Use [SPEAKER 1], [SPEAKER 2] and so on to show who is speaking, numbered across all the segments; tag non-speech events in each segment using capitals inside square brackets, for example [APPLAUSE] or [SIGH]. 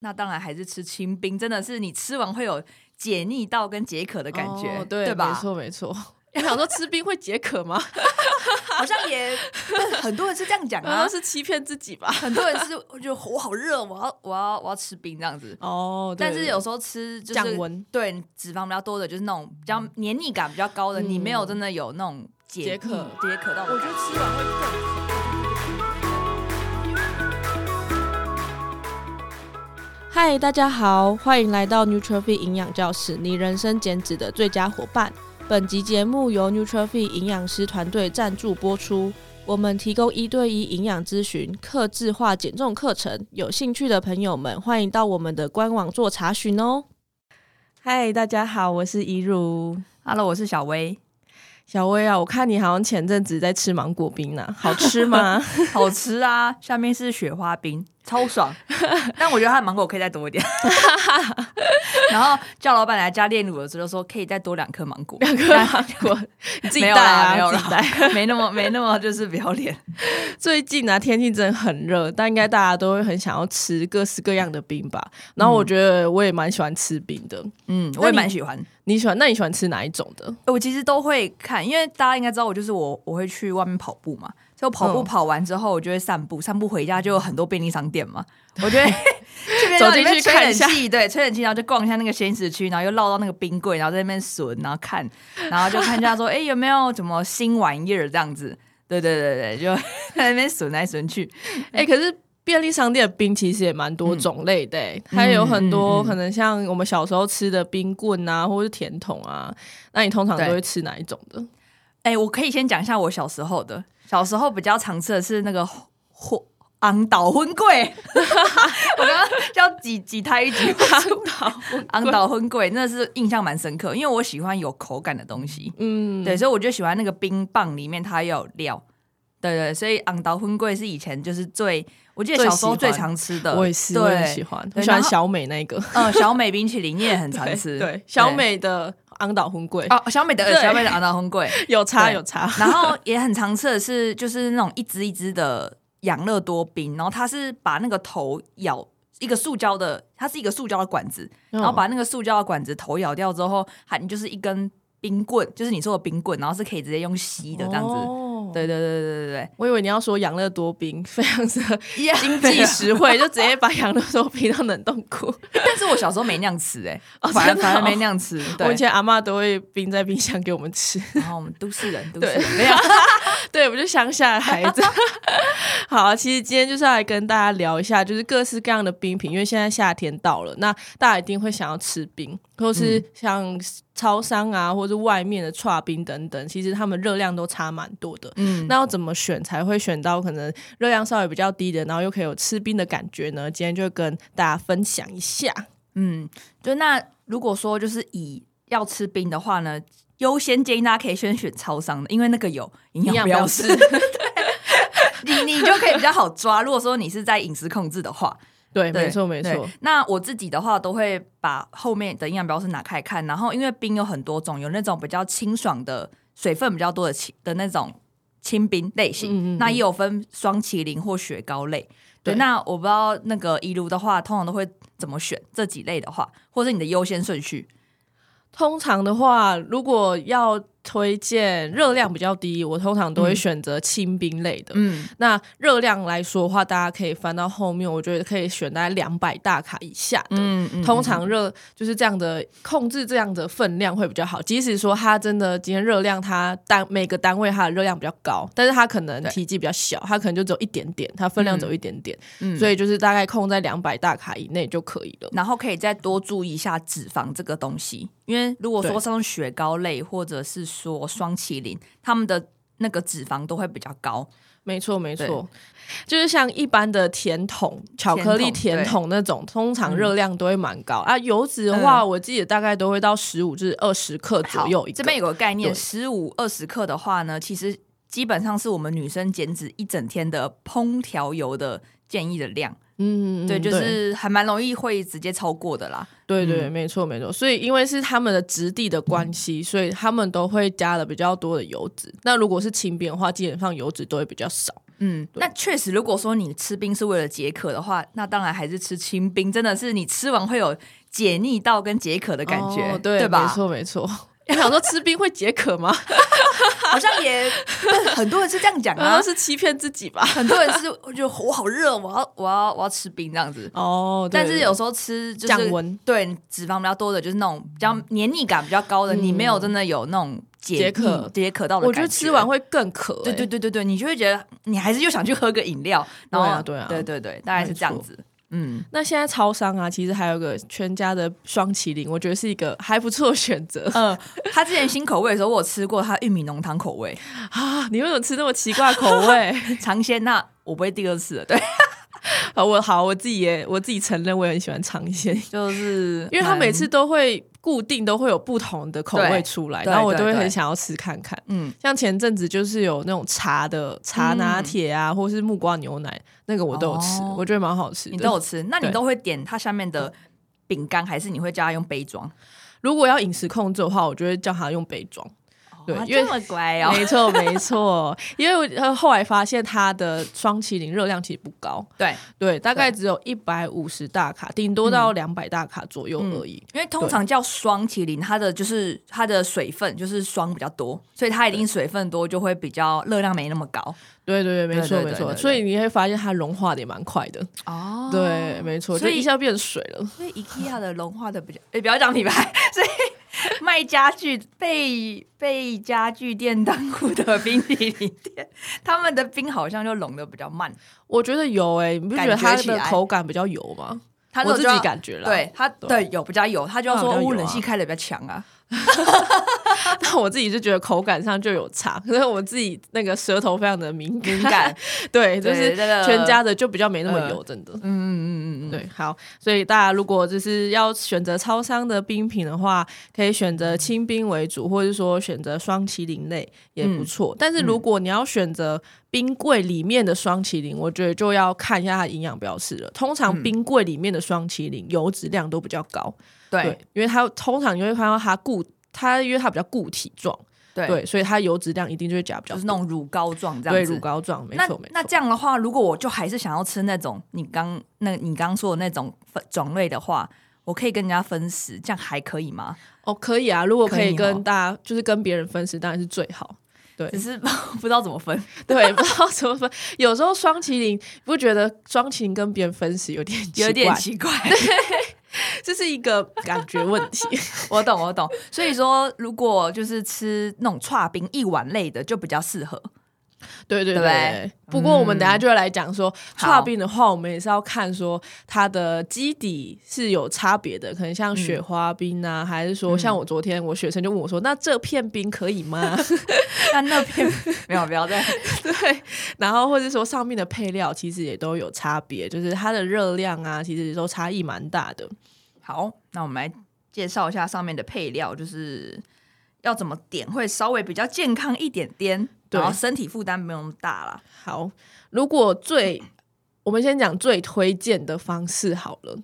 [SPEAKER 1] 那当然还是吃清冰，真的是你吃完会有解腻到跟解渴的感觉，
[SPEAKER 2] 哦
[SPEAKER 1] 对
[SPEAKER 2] 对没
[SPEAKER 1] 吧？
[SPEAKER 2] 错没错。 [LAUGHS] 我想说吃冰会解渴吗？
[SPEAKER 1] [LAUGHS]
[SPEAKER 2] [LAUGHS]
[SPEAKER 1] 好像也很多人是这样讲
[SPEAKER 2] 然
[SPEAKER 1] 啊
[SPEAKER 2] 后，是欺骗自己吧。
[SPEAKER 1] [LAUGHS] 很多人是我觉得我好热，我要我要我要吃冰这样子。
[SPEAKER 2] [LAUGHS] 哦，对
[SPEAKER 1] 但是
[SPEAKER 2] 对
[SPEAKER 1] 有时候吃就是
[SPEAKER 2] 降温
[SPEAKER 1] 对你脂肪比较多的，就是那种比较黏腻感比较高的，
[SPEAKER 2] 嗯
[SPEAKER 1] 你没有真的有那种解
[SPEAKER 2] 解渴
[SPEAKER 1] 腻解渴到。
[SPEAKER 2] 我觉得吃完会更。嗨，大家好，欢迎来到 Nutrify 营养教室，你人生减脂的最佳伙伴。本集节目由 Nutrify 营养师团队赞助播出。我们提供一对一营养咨询、客制化减重课程，有兴趣的朋友们欢迎到我们的官网做查询哦。嗨，大家好，我是怡如。
[SPEAKER 1] Hello，我是小薇，
[SPEAKER 2] 小薇啊，我看你好像前阵子在吃芒果冰呢、
[SPEAKER 1] [LAUGHS]
[SPEAKER 2] 好吃吗？
[SPEAKER 1] 好吃啊！下面是雪花冰，超爽。 [LAUGHS] 但我觉得它的芒果可以再多一点。 [LAUGHS] 然后叫老板来加炼乳的时候说可以再多两颗芒果，两颗
[SPEAKER 2] 芒
[SPEAKER 1] [LAUGHS]
[SPEAKER 2] 果你自己
[SPEAKER 1] 哎没
[SPEAKER 2] 带
[SPEAKER 1] 有啦，没有
[SPEAKER 2] 啊，自
[SPEAKER 1] 啦
[SPEAKER 2] 己带。
[SPEAKER 1] 没那么没那么就是不要脸。
[SPEAKER 2] 最近啊，天气真的很热，但应该大家都会很想要吃各式各样的冰吧？然后我觉得我也蛮喜欢吃冰的。
[SPEAKER 1] 嗯，
[SPEAKER 2] 那
[SPEAKER 1] 我也
[SPEAKER 2] 你
[SPEAKER 1] 蛮喜欢。
[SPEAKER 2] 你喜欢？那你喜欢吃哪一种的？
[SPEAKER 1] 我其实都会看，因为大家应该知道，我就是我，我会去外面跑步嘛。所以我跑步
[SPEAKER 2] 嗯
[SPEAKER 1] 跑完之后，我就会散步，散步回家就有很多便利商店嘛。我
[SPEAKER 2] [LAUGHS]
[SPEAKER 1] 觉得这边
[SPEAKER 2] 走
[SPEAKER 1] 里
[SPEAKER 2] 进
[SPEAKER 1] 面
[SPEAKER 2] 去
[SPEAKER 1] 吹
[SPEAKER 2] 看
[SPEAKER 1] 冷
[SPEAKER 2] 一下
[SPEAKER 1] 气，对，吹冷气，然后就逛一下那个闲时区，然后又绕到那个冰柜，然后在那边损，然后看，然后就看一下
[SPEAKER 2] [LAUGHS]
[SPEAKER 1] 说，哎、有没有什么新玩意儿这样子。对对对对，就 [LAUGHS] 在那边损来损去，
[SPEAKER 2] 哎、可是。便利商店的冰其实也蛮多种类的、欸，还有很
[SPEAKER 1] 嗯
[SPEAKER 2] 多
[SPEAKER 1] 嗯嗯
[SPEAKER 2] 可能像我们小时候吃的冰棍啊，或是甜筒啊。那你通常
[SPEAKER 1] 对
[SPEAKER 2] 都会吃哪一种的？
[SPEAKER 1] 哎、我可以先讲一下我小时候的。小时候比较常吃的是那个火昂岛荤桂， [LAUGHS] 我刚刚叫几几胎一 [LAUGHS] 集昂岛荤桂，那是印象蛮深刻，因为我喜欢有口感的东西，
[SPEAKER 2] 嗯，
[SPEAKER 1] 对，所以我就喜欢那个冰棒里面它要有料。对对，所以昂岛荤桂是以前就是最，我记得小时候最
[SPEAKER 2] 最喜欢
[SPEAKER 1] 常吃的，
[SPEAKER 2] 我也是，
[SPEAKER 1] 对
[SPEAKER 2] 我也喜欢，我
[SPEAKER 1] 对
[SPEAKER 2] 喜欢
[SPEAKER 1] 然后
[SPEAKER 2] 小美那一
[SPEAKER 1] [LAUGHS]
[SPEAKER 2] 个。
[SPEAKER 1] 嗯，小美冰淇淋你也很常
[SPEAKER 2] 对
[SPEAKER 1] 吃，
[SPEAKER 2] 对，小美的昂岛荤桂、
[SPEAKER 1] 哦，小美的
[SPEAKER 2] 对
[SPEAKER 1] 小美的昂岛荤桂，
[SPEAKER 2] 有差
[SPEAKER 1] 对
[SPEAKER 2] 有差，
[SPEAKER 1] 然后也很常吃的是，就是那种一只一只的养乐多冰，然后它是把那个头咬一个塑胶的，它是一个塑胶的管子，
[SPEAKER 2] 然
[SPEAKER 1] 然后把那个塑胶的管子头咬掉之后，它你就是一根冰棍，就是你说的冰棍，然后是可以直接用吸的这样子。
[SPEAKER 2] 哦
[SPEAKER 1] 对对对对对
[SPEAKER 2] 我以为你要说养乐多冰非常的
[SPEAKER 1] 对 [LAUGHS] 对，啊经
[SPEAKER 2] 经济实惠，就直接把养乐多冰到冷冻库。
[SPEAKER 1] 但是我小时候没那样吃哎、
[SPEAKER 2] 哦
[SPEAKER 1] 反而
[SPEAKER 2] 真的哦
[SPEAKER 1] 反而没那样吃。
[SPEAKER 2] 我以
[SPEAKER 1] 对，
[SPEAKER 2] 前阿嬷都会冰在冰箱给我们吃。
[SPEAKER 1] 然后我们都市人，都市
[SPEAKER 2] 对
[SPEAKER 1] 人没有。
[SPEAKER 2] 对，我们就乡下的孩子。 [LAUGHS] 好、啊，其实今天就是要来跟大家聊一下，就是各式各样的冰品，因为现在夏天到了，那大家一定会想要吃冰，或是
[SPEAKER 1] 嗯
[SPEAKER 2] 像超商啊，或是外面的串冰等等，其实它们热量都差蛮多的。
[SPEAKER 1] 嗯，
[SPEAKER 2] 那要怎么选才会选到可能热量稍微比较低的，然后又可以有吃冰的感觉呢？今天就跟大家分享一下。
[SPEAKER 1] 嗯，就那如果说就是以要吃冰的话呢，优先建议大家可以先选超商的，因为那个有营养标识， [LAUGHS] 你你就可以比较好抓。如果说你是在饮食控制的话，
[SPEAKER 2] [LAUGHS] 对，
[SPEAKER 1] 对
[SPEAKER 2] 没错没
[SPEAKER 1] 对
[SPEAKER 2] 错。
[SPEAKER 1] 那我自己的话，都会把后面的营养标识拿开看，然后因为冰有很多种，有那种比较清爽的，水分比较多的清的那种清冰类型，
[SPEAKER 2] 嗯嗯嗯
[SPEAKER 1] 那也有分双麒麟或雪糕类。对，
[SPEAKER 2] 对
[SPEAKER 1] 那我不知道那个一路的话，通常都会怎么选这几类的话，或者你的优先顺序。
[SPEAKER 2] 通常的话，如果要推荐热量比较低，我通常都会
[SPEAKER 1] 嗯
[SPEAKER 2] 选择清冰类的。
[SPEAKER 1] 嗯，
[SPEAKER 2] 那热量来说的话，大家可以翻到后面，我觉得可以选大概两百大卡以下的。
[SPEAKER 1] 嗯，嗯
[SPEAKER 2] 通常热就是这样的控制这样的分量会比较好。即使说它真的今天热量它单每个单位它的热量比较高，但是它可能
[SPEAKER 1] 对
[SPEAKER 2] 体积比较小，它可能就只有一点点，它分量只有一点点，
[SPEAKER 1] 嗯
[SPEAKER 2] 所
[SPEAKER 1] 以
[SPEAKER 2] 以就是大概控在两百大卡以内就可以了。
[SPEAKER 1] 然后可以再多注意一下脂肪这个东西，因为如果说
[SPEAKER 2] 对
[SPEAKER 1] 像雪糕类或者是说双麒麟，他们的那个脂肪都会比较高。
[SPEAKER 2] 没错，没错，就是像一般的甜筒、巧克力
[SPEAKER 1] 甜筒
[SPEAKER 2] 甜
[SPEAKER 1] 对
[SPEAKER 2] 筒那种，通常热量都会蛮高、啊。油脂的话，
[SPEAKER 1] 嗯
[SPEAKER 2] 我记得大概都会到十五至二十克左
[SPEAKER 1] 好
[SPEAKER 2] 右一，个。
[SPEAKER 1] 这边有个概念，
[SPEAKER 2] 对
[SPEAKER 1] 十五二十克的话呢，其实基本上是我们女生减脂一整天的烹调油的建议的量。
[SPEAKER 2] 嗯，嗯嗯
[SPEAKER 1] 对，就是还蛮容易会直接超过的啦。
[SPEAKER 2] 对对，
[SPEAKER 1] 嗯
[SPEAKER 2] 没错没错。所以因为是他们的质地的关系，所以他们都会加了比较多的油脂。那如果是轻便的话，基本上油脂都会比较少。
[SPEAKER 1] 嗯，那确实，如果说你吃冰是为了解渴的话，那当然还是吃清冰，真的是你吃完会有解腻到跟解渴的感觉，
[SPEAKER 2] 哦
[SPEAKER 1] 对
[SPEAKER 2] 对没
[SPEAKER 1] 吧？
[SPEAKER 2] 错没错。 [LAUGHS] 我想说吃冰会解渴吗？
[SPEAKER 1] [LAUGHS] 好像也呃很多人是这样讲
[SPEAKER 2] 好像
[SPEAKER 1] [LAUGHS] 啊，
[SPEAKER 2] [LAUGHS] 是欺骗自己吧。
[SPEAKER 1] 很多人是我觉得我好热，我要我要我要吃冰这样子。
[SPEAKER 2] 哦，对
[SPEAKER 1] 但是有时候吃就
[SPEAKER 2] 降
[SPEAKER 1] 是
[SPEAKER 2] 温
[SPEAKER 1] 对你脂肪比较多的，就是那种比较黏腻感比较高的，
[SPEAKER 2] 嗯
[SPEAKER 1] 你没有真的有那种解
[SPEAKER 2] 解渴
[SPEAKER 1] 腻解渴到的
[SPEAKER 2] 我
[SPEAKER 1] 感
[SPEAKER 2] 觉得吃完
[SPEAKER 1] 会。
[SPEAKER 2] 会更渴、
[SPEAKER 1] 对对
[SPEAKER 2] 欸
[SPEAKER 1] 对对对，你就会觉得你还是又想去喝个饮料，然后
[SPEAKER 2] 对啊对啊
[SPEAKER 1] 对对对，大概是这样子。 [LAUGHS] 嗯，
[SPEAKER 2] 那现在超商啊，其实还有个全家的双麒麟，我觉得是一个还不错的选择
[SPEAKER 1] 嗯，他之前新口味的时候，我有吃过他玉米浓汤口味
[SPEAKER 2] [LAUGHS] 啊。你为什么吃那么奇怪的口味？
[SPEAKER 1] [LAUGHS] 尝鲜，那我不会第二次了。对，
[SPEAKER 2] 好，我 [LAUGHS] 好，我自己也我自己承认，我也很喜欢尝鲜，
[SPEAKER 1] 就是
[SPEAKER 2] 因为他
[SPEAKER 1] 蛮
[SPEAKER 2] 每次都会固定都会有不同的口味
[SPEAKER 1] 对
[SPEAKER 2] 出来，
[SPEAKER 1] 对
[SPEAKER 2] 然后我
[SPEAKER 1] 对
[SPEAKER 2] 都会很
[SPEAKER 1] 对
[SPEAKER 2] 想要吃看看。
[SPEAKER 1] 嗯，
[SPEAKER 2] 像前阵子就是有那种茶的茶拿铁啊，或是木瓜牛奶，那个我都有吃，
[SPEAKER 1] 哦
[SPEAKER 2] 我觉得蛮好吃的。
[SPEAKER 1] 你都有吃，那你
[SPEAKER 2] 对
[SPEAKER 1] 都会点它下面的饼干，还是你会叫他用杯装？
[SPEAKER 2] 如果要饮食控制的话，我就会叫他用杯装。对
[SPEAKER 1] 哇
[SPEAKER 2] 因为
[SPEAKER 1] 这么乖哦，
[SPEAKER 2] 没错，没错， [LAUGHS] 因为我呃后来发现它的双麒麟热量其实不高，
[SPEAKER 1] 对，
[SPEAKER 2] 对，嗯大概只有一百五十大卡，顶多到两百大卡左右而已。
[SPEAKER 1] 因为通常叫双麒麟，它的就是它的水分就是霜比较多，所以它一定水分多就会比较热量没那么高
[SPEAKER 2] 对对对，没错
[SPEAKER 1] 对对
[SPEAKER 2] 没
[SPEAKER 1] 对
[SPEAKER 2] 错，
[SPEAKER 1] 对对
[SPEAKER 2] 所以你会发现它融化的也蛮快的。
[SPEAKER 1] 哦
[SPEAKER 2] 对，没错，
[SPEAKER 1] 所
[SPEAKER 2] 就
[SPEAKER 1] 以
[SPEAKER 2] 一下变水了。
[SPEAKER 1] 所以 IKEA 的融化的 [LAUGHS] 比较，诶、不要讲品牌，所以卖家具被被家具店当户的冰淇淋店，他们的冰好像就融的比较慢，
[SPEAKER 2] 我觉得有诶、你不觉
[SPEAKER 1] 感
[SPEAKER 2] 得它
[SPEAKER 1] 觉起
[SPEAKER 2] 的
[SPEAKER 1] 来
[SPEAKER 2] 口感比较油吗？
[SPEAKER 1] 他
[SPEAKER 2] 我
[SPEAKER 1] 就
[SPEAKER 2] 自
[SPEAKER 1] 就要
[SPEAKER 2] 己感觉啦。
[SPEAKER 1] 对他
[SPEAKER 2] 对
[SPEAKER 1] 对有比较有，他就要
[SPEAKER 2] 当
[SPEAKER 1] 说
[SPEAKER 2] 然比较
[SPEAKER 1] 哦
[SPEAKER 2] 有啊
[SPEAKER 1] 冷气开的比较强啊，
[SPEAKER 2] [LAUGHS] 但我自己就觉得口感上就有差，可是我自己那个舌头非常的敏感，
[SPEAKER 1] 敏感，
[SPEAKER 2] [LAUGHS] 对，就
[SPEAKER 1] 对
[SPEAKER 2] 是
[SPEAKER 1] 这个
[SPEAKER 2] 全家的就比较没那么
[SPEAKER 1] 呃
[SPEAKER 2] 油，真的。
[SPEAKER 1] 嗯嗯嗯嗯嗯，
[SPEAKER 2] 对，好，所以大家如果就是要选择超商的冰品的话，可以选
[SPEAKER 1] 嗯
[SPEAKER 2] 择清冰为主，或者说选择双麒麟类也
[SPEAKER 1] 嗯
[SPEAKER 2] 不错。但是如果你要选择冰柜里面的双麒麟，我觉得就要看一下它的营养标示了。通常
[SPEAKER 1] 嗯
[SPEAKER 2] 冰柜里面的双麒麟油脂量都比较高，
[SPEAKER 1] 对
[SPEAKER 2] 因为它通常你会看到它固，它因为它比较固体状，
[SPEAKER 1] 对
[SPEAKER 2] 对，所以它油脂量一定就会加比较
[SPEAKER 1] 就
[SPEAKER 2] 多
[SPEAKER 1] 是，那种乳膏状这
[SPEAKER 2] 对
[SPEAKER 1] 样子，
[SPEAKER 2] 乳膏状，没
[SPEAKER 1] 那
[SPEAKER 2] 错没错。
[SPEAKER 1] 那这样的话，如果我就还是想要吃那种你刚那你刚说的那种分种类的话，我可以跟人家分食，这样还可以吗？
[SPEAKER 2] 哦，可以啊，如果可
[SPEAKER 1] 可以
[SPEAKER 2] 以
[SPEAKER 1] 哦
[SPEAKER 2] 跟大家就是跟别人分食，当然是最好。对
[SPEAKER 1] 只是 [LAUGHS] 不知道怎么分。
[SPEAKER 2] [LAUGHS] 对，不知道怎么分。有时候双麒麟，你不觉得双麒麟跟别人分食有点奇怪
[SPEAKER 1] 有点奇怪。 [LAUGHS]
[SPEAKER 2] 这是一个感觉问题。 [LAUGHS]
[SPEAKER 1] 我懂，我懂。所以说，如果就是吃那种串冰一碗类的，就比较适合。
[SPEAKER 2] 对对
[SPEAKER 1] 对不对嗯
[SPEAKER 2] 不过我们等一下就会来讲说，
[SPEAKER 1] 好
[SPEAKER 2] 刨冰的话，我们也是要看说它的基底是有差别的，可能
[SPEAKER 1] 嗯
[SPEAKER 2] 像雪花冰啊，还是说像我昨天我学生就问我说，那这片冰可以吗？ [LAUGHS]
[SPEAKER 1] 那那片没有，不要再
[SPEAKER 2] 对，然后或者说上面的配料其实也都有差别，就是它的热量啊，其实都差异蛮大的。
[SPEAKER 1] 好。那我们来介绍一下上面的配料，就是要怎么点会稍微比较健康一点点，
[SPEAKER 2] 对
[SPEAKER 1] 然后身体负担没有那么大啦。
[SPEAKER 2] 好，如果最，我们先讲最推荐的方式好了。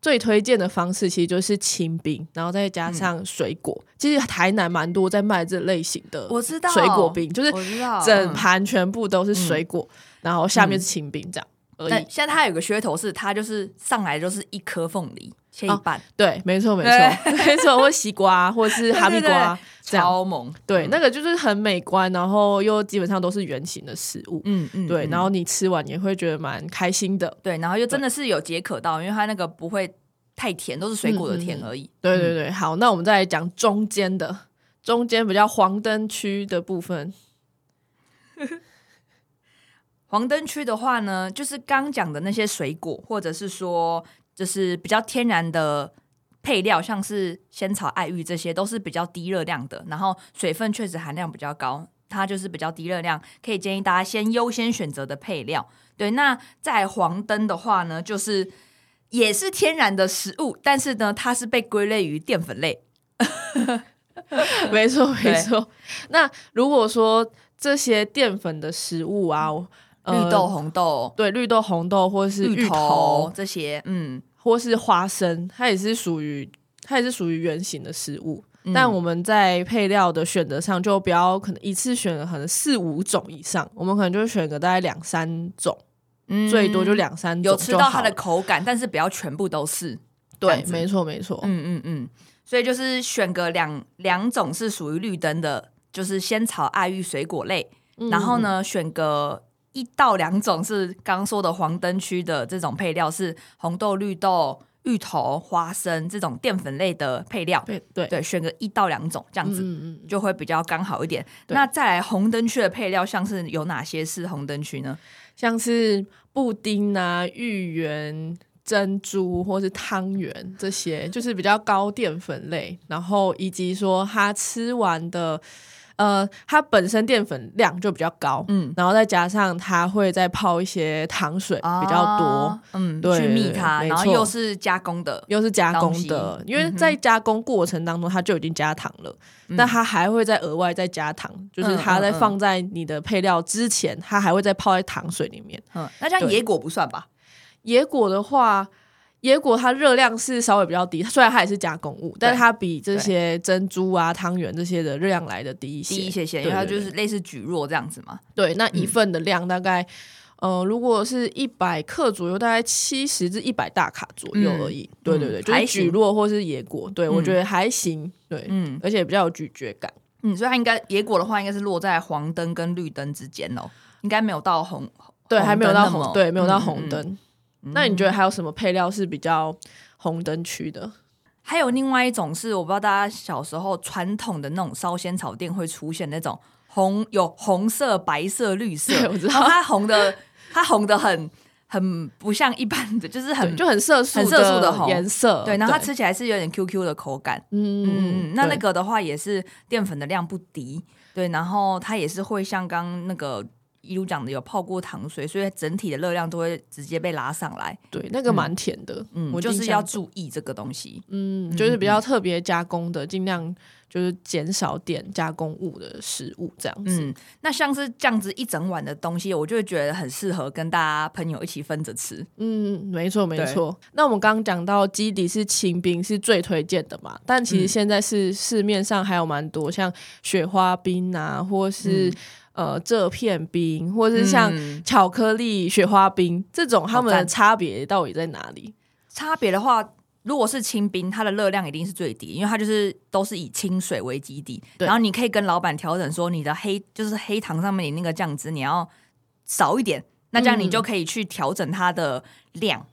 [SPEAKER 2] 最推荐的方式其实就是清冰，然后再加上
[SPEAKER 1] 嗯
[SPEAKER 2] 水果。其实台南蛮多在卖这类型的，
[SPEAKER 1] 我知道
[SPEAKER 2] 水果冰就是
[SPEAKER 1] 我知道嗯
[SPEAKER 2] 整盘全部都是水果，然后下面是清冰这样而
[SPEAKER 1] 但
[SPEAKER 2] 已。
[SPEAKER 1] 现在它有个噱头是，它就是上来就是一颗凤梨切一
[SPEAKER 2] 哦
[SPEAKER 1] 半，
[SPEAKER 2] 对，没错，没错，
[SPEAKER 1] 对
[SPEAKER 2] 没错，或
[SPEAKER 1] [LAUGHS]
[SPEAKER 2] 西瓜，或是哈密瓜这样。
[SPEAKER 1] 超萌。
[SPEAKER 2] 对，那个就是很美观，然后又基本上都是圆形的食物。
[SPEAKER 1] 嗯嗯
[SPEAKER 2] 对，
[SPEAKER 1] 嗯
[SPEAKER 2] 然后你吃完也会觉得蛮开心的。
[SPEAKER 1] 对，然后又真的是有解渴到，因为它那个不会太甜，都是水果的
[SPEAKER 2] 嗯
[SPEAKER 1] 甜而已。
[SPEAKER 2] 对对对，好，那我们再来讲中间的，中间比较黄灯区的部分。
[SPEAKER 1] 黄灯区的话呢，就是刚讲的那些水果，或者是说就是比较天然的配料，像是仙草、爱玉这些，都是比较低热量的，然后水分确实含量比较高。它就是比较低热量，可以建议大家先优先选择的配料。对，那在黄灯的话呢，就是也是天然的食物，但是呢，它是被归类于淀粉类。
[SPEAKER 2] 没错没
[SPEAKER 1] 嗯对
[SPEAKER 2] 错。那如果说这些淀粉的食物啊，呃
[SPEAKER 1] 嗯绿豆、红豆、
[SPEAKER 2] 对绿豆、红豆或是芋
[SPEAKER 1] 芋
[SPEAKER 2] 头
[SPEAKER 1] 头，这些，嗯
[SPEAKER 2] 或是花生，它也是属于它也是属于圆形的食物。
[SPEAKER 1] 嗯
[SPEAKER 2] 但我们在配料的选择上，就不要可能一次选可能四五种以上，我们可能就选个大概两三种，
[SPEAKER 1] 嗯
[SPEAKER 2] 最多就两三种
[SPEAKER 1] 有吃到它的
[SPEAKER 2] 就好了
[SPEAKER 1] 口感，但是不要全部都是。这
[SPEAKER 2] 对，
[SPEAKER 1] 样子
[SPEAKER 2] 没错没错，
[SPEAKER 1] 嗯嗯嗯，所以就是选个两两种是属于绿灯的，就是仙草、爱玉水果类，
[SPEAKER 2] 嗯
[SPEAKER 1] 然后？呢选个。一到两种是刚说的黄灯区的这种配料，是红豆、绿豆、芋头、花生这种淀粉类的配料。
[SPEAKER 2] 对对，
[SPEAKER 1] 对，选个一到两种这样子，
[SPEAKER 2] 嗯嗯嗯，
[SPEAKER 1] 就会比较刚好一点。
[SPEAKER 2] 对
[SPEAKER 1] 那再来红灯区的配料，像是有哪些是红灯区呢？
[SPEAKER 2] 像是布丁啊、芋圆、珍珠或是汤圆这些，就是比较高淀粉类，然后以及说它吃完的，呃，它本身淀粉量就比较高，
[SPEAKER 1] 嗯，
[SPEAKER 2] 然后再加上它会再泡一些糖水比较多。
[SPEAKER 1] 啊，嗯，
[SPEAKER 2] 对
[SPEAKER 1] 去蜜它，
[SPEAKER 2] 没
[SPEAKER 1] 然后
[SPEAKER 2] 错
[SPEAKER 1] 又是加工的，
[SPEAKER 2] 又是加工
[SPEAKER 1] 东
[SPEAKER 2] 的
[SPEAKER 1] 西，
[SPEAKER 2] 因为在加工过程当中，它就已经加糖了，
[SPEAKER 1] 嗯
[SPEAKER 2] 但它还会再额外再加糖，就是它在
[SPEAKER 1] 嗯嗯嗯
[SPEAKER 2] 放在你的配料之前，它还会再泡在糖水里面。
[SPEAKER 1] 嗯，那像
[SPEAKER 2] 对
[SPEAKER 1] 野果不算吧？
[SPEAKER 2] 野果的话，野果它热量是稍微比较低，虽然它也是加工物，但是它比这些珍珠啊、汤圆这些的热量来的低一些。
[SPEAKER 1] 低一些嗯些，因
[SPEAKER 2] 对
[SPEAKER 1] 为它
[SPEAKER 2] 对
[SPEAKER 1] 就是类似蒟蒻这样子嘛。
[SPEAKER 2] 对，那一份的量大概，呃，如果是一百克左右，大概七十至一百大卡左右而已。对对对，
[SPEAKER 1] 嗯
[SPEAKER 2] 就
[SPEAKER 1] 还
[SPEAKER 2] 是
[SPEAKER 1] 行
[SPEAKER 2] 蒟蒻或是野果，对、我
[SPEAKER 1] 嗯
[SPEAKER 2] 觉得还行。对，
[SPEAKER 1] 嗯
[SPEAKER 2] 而且比较有咀嚼感。
[SPEAKER 1] 嗯，所以它应该野果的话，应该是落在黄灯跟绿灯之间哦，应该没有到红。
[SPEAKER 2] 对，
[SPEAKER 1] 红
[SPEAKER 2] 还没有
[SPEAKER 1] 灯
[SPEAKER 2] 到
[SPEAKER 1] 那
[SPEAKER 2] 红，
[SPEAKER 1] 么
[SPEAKER 2] 对，没有
[SPEAKER 1] 嗯
[SPEAKER 2] 到
[SPEAKER 1] 嗯
[SPEAKER 2] 红
[SPEAKER 1] 嗯
[SPEAKER 2] 灯。那你觉得还有什么配料是比较红灯区的？
[SPEAKER 1] 还有另外一种是，我不知道大家小时候传统的那种烧仙草店会出现那种红有红色、白色、绿色，
[SPEAKER 2] [LAUGHS] 对我知道
[SPEAKER 1] 然后它红的，它红的很很不像一般的，就是
[SPEAKER 2] 对
[SPEAKER 1] 很
[SPEAKER 2] 就很色素、
[SPEAKER 1] 很色素的红
[SPEAKER 2] 颜色。
[SPEAKER 1] 对，然后它吃起来是有点 QQ 的口感。嗯嗯，嗯，那那
[SPEAKER 2] 对
[SPEAKER 1] 个的话也是淀粉的量不低，对，然后它也是会像刚刚那个一路讲的有泡过糖水，所以整体的热量都会直接被拉上来。
[SPEAKER 2] 对那个蛮甜的，
[SPEAKER 1] 嗯，
[SPEAKER 2] 我
[SPEAKER 1] 就是
[SPEAKER 2] 印
[SPEAKER 1] 要
[SPEAKER 2] 象
[SPEAKER 1] 注意这个东西。
[SPEAKER 2] 嗯，就是比较特别加工的，尽量就是减少点加工物的食物这样子。
[SPEAKER 1] 嗯，那像是这样子一整碗的东西，我就会觉得很适合跟大家朋友一起分着吃。
[SPEAKER 2] 嗯，没错没
[SPEAKER 1] 对
[SPEAKER 2] 错。那我们刚刚讲到基底是清冰是最推荐的嘛，但其实
[SPEAKER 1] 嗯
[SPEAKER 2] 现在是市面上还有蛮多像雪花冰啊，或是、呃这片冰，或是像
[SPEAKER 1] 嗯
[SPEAKER 2] 巧克力雪花冰这种，它们
[SPEAKER 1] 好
[SPEAKER 2] 的
[SPEAKER 1] 赞
[SPEAKER 2] 差别到底在哪里？
[SPEAKER 1] 差别的话，如果是清冰，它的热量一定是最低，因为它就是都是以清水为基底。
[SPEAKER 2] 对
[SPEAKER 1] 然后你可以跟老板调整说，你的黑就是黑糖上面你那个酱汁你要少一点，那这样你
[SPEAKER 2] 嗯
[SPEAKER 1] 就可以去调整它的量。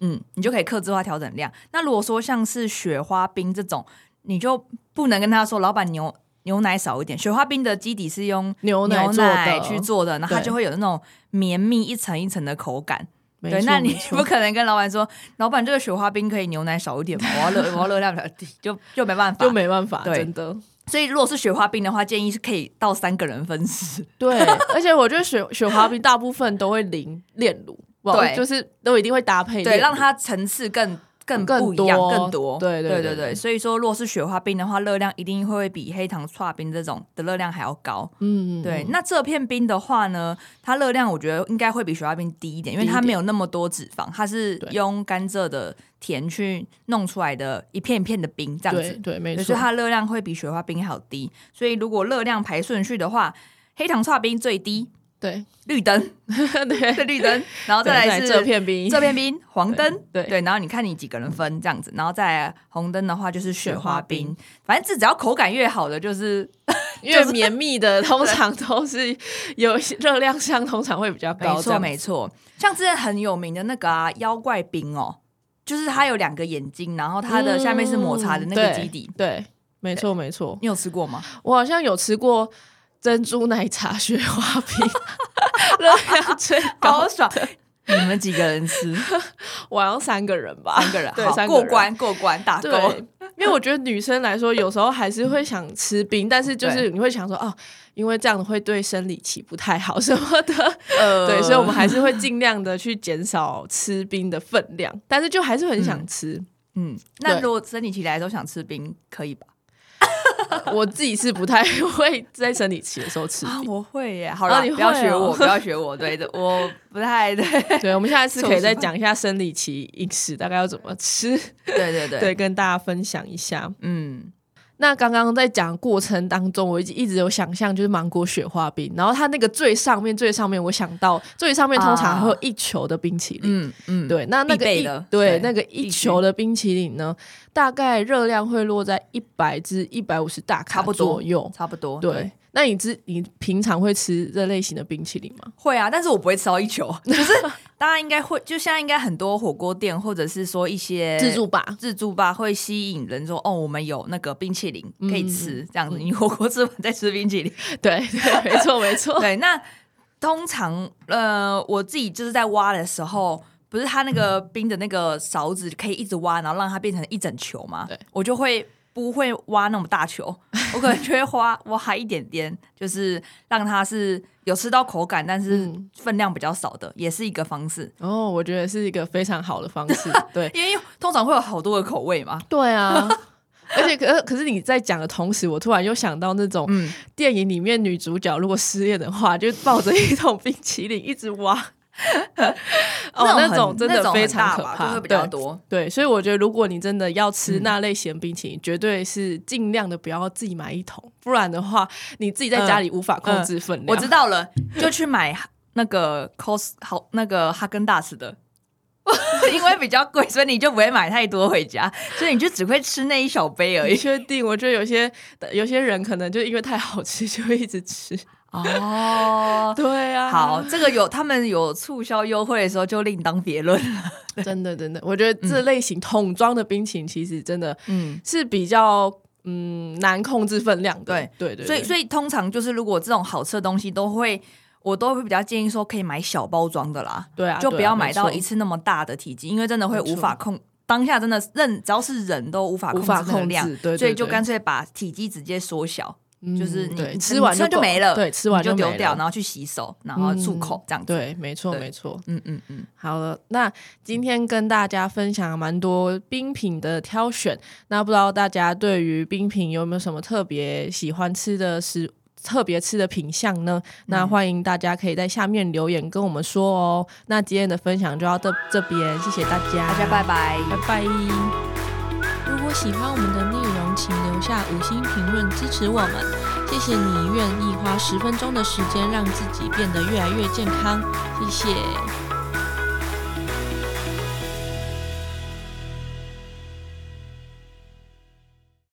[SPEAKER 1] 嗯，你就可以克制化调整量。那如果说像是雪花冰这种，你就不能跟他说，老板牛牛奶少一点。雪花冰的基底是用
[SPEAKER 2] 牛
[SPEAKER 1] 奶
[SPEAKER 2] 做的
[SPEAKER 1] 去，做的，然后它
[SPEAKER 2] 对
[SPEAKER 1] 就会有那种绵密一层一层的口感。
[SPEAKER 2] 没
[SPEAKER 1] 对，
[SPEAKER 2] 错
[SPEAKER 1] 那
[SPEAKER 2] 没
[SPEAKER 1] [LAUGHS] 你
[SPEAKER 2] 错
[SPEAKER 1] 不可能跟老板说，老板这个雪花冰可以牛奶少一
[SPEAKER 2] [LAUGHS]
[SPEAKER 1] 点吗？我要热，我要热量比较低，就就没办法。
[SPEAKER 2] 就没办法，
[SPEAKER 1] 对
[SPEAKER 2] 真的。
[SPEAKER 1] 所以如果是雪花冰的话，建议是可以到三个人分食。
[SPEAKER 2] 对，而且我觉得雪雪花冰大部分都会淋炼乳，哇
[SPEAKER 1] 对
[SPEAKER 2] 就是都一定会搭配炼
[SPEAKER 1] 对，
[SPEAKER 2] 乳
[SPEAKER 1] 让它层次更更
[SPEAKER 2] 更
[SPEAKER 1] 不一样，
[SPEAKER 2] 多
[SPEAKER 1] 更多。
[SPEAKER 2] 对对
[SPEAKER 1] 对
[SPEAKER 2] 对
[SPEAKER 1] 对
[SPEAKER 2] 对
[SPEAKER 1] 所以说，如果是雪花冰的话，热量一定会比黑糖刨冰这种的热量还要高。
[SPEAKER 2] 嗯
[SPEAKER 1] 对，那这片冰的话呢，它热量我觉得应该会比雪花冰低一点，因为
[SPEAKER 2] 低一
[SPEAKER 1] 它没
[SPEAKER 2] 点
[SPEAKER 1] 有那么多脂肪，它是
[SPEAKER 2] 对
[SPEAKER 1] 用甘蔗的甜去弄出来的一片一片的冰这样
[SPEAKER 2] 对
[SPEAKER 1] 子。
[SPEAKER 2] 对没
[SPEAKER 1] 对
[SPEAKER 2] 错
[SPEAKER 1] 所以，它的热量会比雪花冰还要低。所以如果热量排顺序的话，黑糖刨冰最低， [LAUGHS]
[SPEAKER 2] 对
[SPEAKER 1] 绿灯
[SPEAKER 2] [LAUGHS] 对，
[SPEAKER 1] 是绿灯，然后再来是
[SPEAKER 2] 这片冰，
[SPEAKER 1] 这片冰黄灯，
[SPEAKER 2] 对对
[SPEAKER 1] 对，然后你看你几个人分这样子，然后再来红灯的话就是雪花
[SPEAKER 2] 雪花
[SPEAKER 1] 冰，反正这只要口感越好的就是
[SPEAKER 2] 因为绵密
[SPEAKER 1] [LAUGHS]
[SPEAKER 2] 的通常都是有一些热量相通常会比较高，
[SPEAKER 1] 没
[SPEAKER 2] 这
[SPEAKER 1] 错
[SPEAKER 2] 样
[SPEAKER 1] 没错，像之前很有名的那个啊妖怪冰哦，就是它有两个眼睛，然后它的下面是抹茶的那个
[SPEAKER 2] 嗯
[SPEAKER 1] 基底，
[SPEAKER 2] 对，没错没错，
[SPEAKER 1] 你有吃过吗？
[SPEAKER 2] 我好像有吃过珍珠奶茶雪花冰， [LAUGHS] 热量最高，
[SPEAKER 1] 好
[SPEAKER 2] [LAUGHS]
[SPEAKER 1] 爽！你们几个人吃？
[SPEAKER 2] 我好像三个人吧，
[SPEAKER 1] 三个人，
[SPEAKER 2] 对
[SPEAKER 1] 好
[SPEAKER 2] 三个
[SPEAKER 1] 过
[SPEAKER 2] 人
[SPEAKER 1] 关过关打勾。
[SPEAKER 2] 对，因为我觉得女生来说，有时候还是会想吃冰，但是就是
[SPEAKER 1] 对
[SPEAKER 2] 你会想说，哦，因为这样会对生理期不太好什么的，
[SPEAKER 1] [LAUGHS] 呃
[SPEAKER 2] 对，所以我们还是会尽量的去减少吃冰的分量，但是就还是很想吃。
[SPEAKER 1] 嗯，那
[SPEAKER 2] 对
[SPEAKER 1] 如果生理期来都想吃冰，可以吧？
[SPEAKER 2] 我自己是不太 [LAUGHS] 会在生理期的时候吃
[SPEAKER 1] 啊，
[SPEAKER 2] 冰，
[SPEAKER 1] 我会耶！好
[SPEAKER 2] 啊
[SPEAKER 1] 了，
[SPEAKER 2] 你
[SPEAKER 1] 不要
[SPEAKER 2] 会
[SPEAKER 1] 学
[SPEAKER 2] 哦
[SPEAKER 1] 我，不要学我，对的，我不太对，
[SPEAKER 2] 对，我们下一次可
[SPEAKER 1] [LAUGHS]
[SPEAKER 2] 以再
[SPEAKER 1] 是吧
[SPEAKER 2] 讲一下生理期饮食大概要怎么吃，
[SPEAKER 1] 对对对
[SPEAKER 2] 对，跟大家分享一下。
[SPEAKER 1] 嗯，
[SPEAKER 2] 那刚刚在讲过程当中，我一直一直有想象就是芒果雪花冰，然后它那个最上面最上面，我想到最上面通常会有一球的冰淇淋。
[SPEAKER 1] 嗯嗯，
[SPEAKER 2] 对，那那
[SPEAKER 1] 必
[SPEAKER 2] 个
[SPEAKER 1] 备
[SPEAKER 2] 一
[SPEAKER 1] 的
[SPEAKER 2] 对
[SPEAKER 1] 对
[SPEAKER 2] 那个一
[SPEAKER 1] 必须
[SPEAKER 2] 球的冰淇淋呢，大概热量会落在一百至一百五十大卡
[SPEAKER 1] 差不多
[SPEAKER 2] 左右。
[SPEAKER 1] 差不多。
[SPEAKER 2] 对，那你知你平常会吃这类型的冰淇淋吗？
[SPEAKER 1] 会啊，但是我不会吃到一球，就是大家应该会，就现在应该很多火锅店或者是说一些
[SPEAKER 2] 自助吧，
[SPEAKER 1] [LAUGHS] 自助吧，会吸引人说哦，我们有那个冰淇淋可以吃，这样子你火锅吃完再吃冰淇淋。
[SPEAKER 2] 对，对没错
[SPEAKER 1] [LAUGHS]
[SPEAKER 2] 没错，
[SPEAKER 1] 对，那通常呃，我自己就是在挖的时候。不是它那个冰的那个勺子可以一直挖，然后让它变成一整球嘛？
[SPEAKER 2] 对，
[SPEAKER 1] 我就会不会挖那么大 [LAUGHS] 球，我可能就会花挖一点点，就是让它是有吃到口感，但是
[SPEAKER 2] 嗯
[SPEAKER 1] 分量比较少的，也是一个方式。
[SPEAKER 2] 哦，我觉得是一个非常好的方式。对，
[SPEAKER 1] 因为通常会有好多个口味嘛。[LAUGHS]
[SPEAKER 2] 对啊。而且可可是你在讲的同时，我突然又想到那种
[SPEAKER 1] 嗯
[SPEAKER 2] 电影里面女主角如果失恋的话，就抱着一桶冰淇淋一直
[SPEAKER 1] [LAUGHS]
[SPEAKER 2] 挖。哦，那
[SPEAKER 1] 很
[SPEAKER 2] 种真
[SPEAKER 1] 那
[SPEAKER 2] 的
[SPEAKER 1] 种
[SPEAKER 2] 非
[SPEAKER 1] 很
[SPEAKER 2] 常
[SPEAKER 1] 大
[SPEAKER 2] 可
[SPEAKER 1] 吧
[SPEAKER 2] 怕，
[SPEAKER 1] 就会比较
[SPEAKER 2] 对。
[SPEAKER 1] 多。嗯
[SPEAKER 2] 对，所以我觉得如果你真的要吃那类型的冰淇淋，绝对是尽量的不要自己买一桶，不然的话你自己在家里无法控制分量。
[SPEAKER 1] 嗯我知道了，就去买那个 cos 好那个哈根达斯的， [LAUGHS] 因为比较贵，所以你就不会买太多回家，所以你就只会吃那一小杯而
[SPEAKER 2] [LAUGHS] 你
[SPEAKER 1] 已。
[SPEAKER 2] 确定？我觉得有些有些人可能就因为太好吃就会一直吃。
[SPEAKER 1] [LAUGHS] 哦。
[SPEAKER 2] 对啊，
[SPEAKER 1] 好，，这个有他们有促销优惠的时候就另当别论。
[SPEAKER 2] 真的真的，我觉得这类型桶装的冰淇淋其实真的
[SPEAKER 1] 嗯，
[SPEAKER 2] 是比较嗯难控制分量的。对对，
[SPEAKER 1] 所以所以通常就是如果这种好吃的东西都会，我都会比较建议说可以买小包装的啦。
[SPEAKER 2] 以对啊，
[SPEAKER 1] 就不要买到
[SPEAKER 2] 没错
[SPEAKER 1] 一次那么大的体积，因为真的会无法
[SPEAKER 2] 没
[SPEAKER 1] 控。当下真的人只要是人都无法控
[SPEAKER 2] 无
[SPEAKER 1] 制
[SPEAKER 2] 法
[SPEAKER 1] 那个
[SPEAKER 2] 控
[SPEAKER 1] 量
[SPEAKER 2] 制，，对，
[SPEAKER 1] 所以就
[SPEAKER 2] 对
[SPEAKER 1] 干脆把体积直接缩小，
[SPEAKER 2] 嗯
[SPEAKER 1] 就是你
[SPEAKER 2] 对
[SPEAKER 1] 你
[SPEAKER 2] 吃完
[SPEAKER 1] 你就
[SPEAKER 2] 够
[SPEAKER 1] 没了
[SPEAKER 2] 对，吃
[SPEAKER 1] 你
[SPEAKER 2] 完
[SPEAKER 1] 就
[SPEAKER 2] 没
[SPEAKER 1] 丢掉，
[SPEAKER 2] 了嗯
[SPEAKER 1] 然后去洗手，然后漱口这样子。
[SPEAKER 2] 对，没错
[SPEAKER 1] 对
[SPEAKER 2] 没错。
[SPEAKER 1] 嗯嗯嗯，
[SPEAKER 2] 好了，那今天跟大家分享蛮多冰品的挑选。那不知道大家对于冰品有没有什么特别喜欢吃的食，特别吃的品相呢？
[SPEAKER 3] 嗯
[SPEAKER 2] 那欢迎大家可以在下面留言跟我们说哦。那今天的分享就到这这边，谢谢大家，
[SPEAKER 1] 大家拜拜。
[SPEAKER 2] 拜拜。
[SPEAKER 3] 如果喜欢我们的内容，请留下五星评论支持我们。谢谢你愿意花十分钟的时间让自己变得越来越健康，谢谢。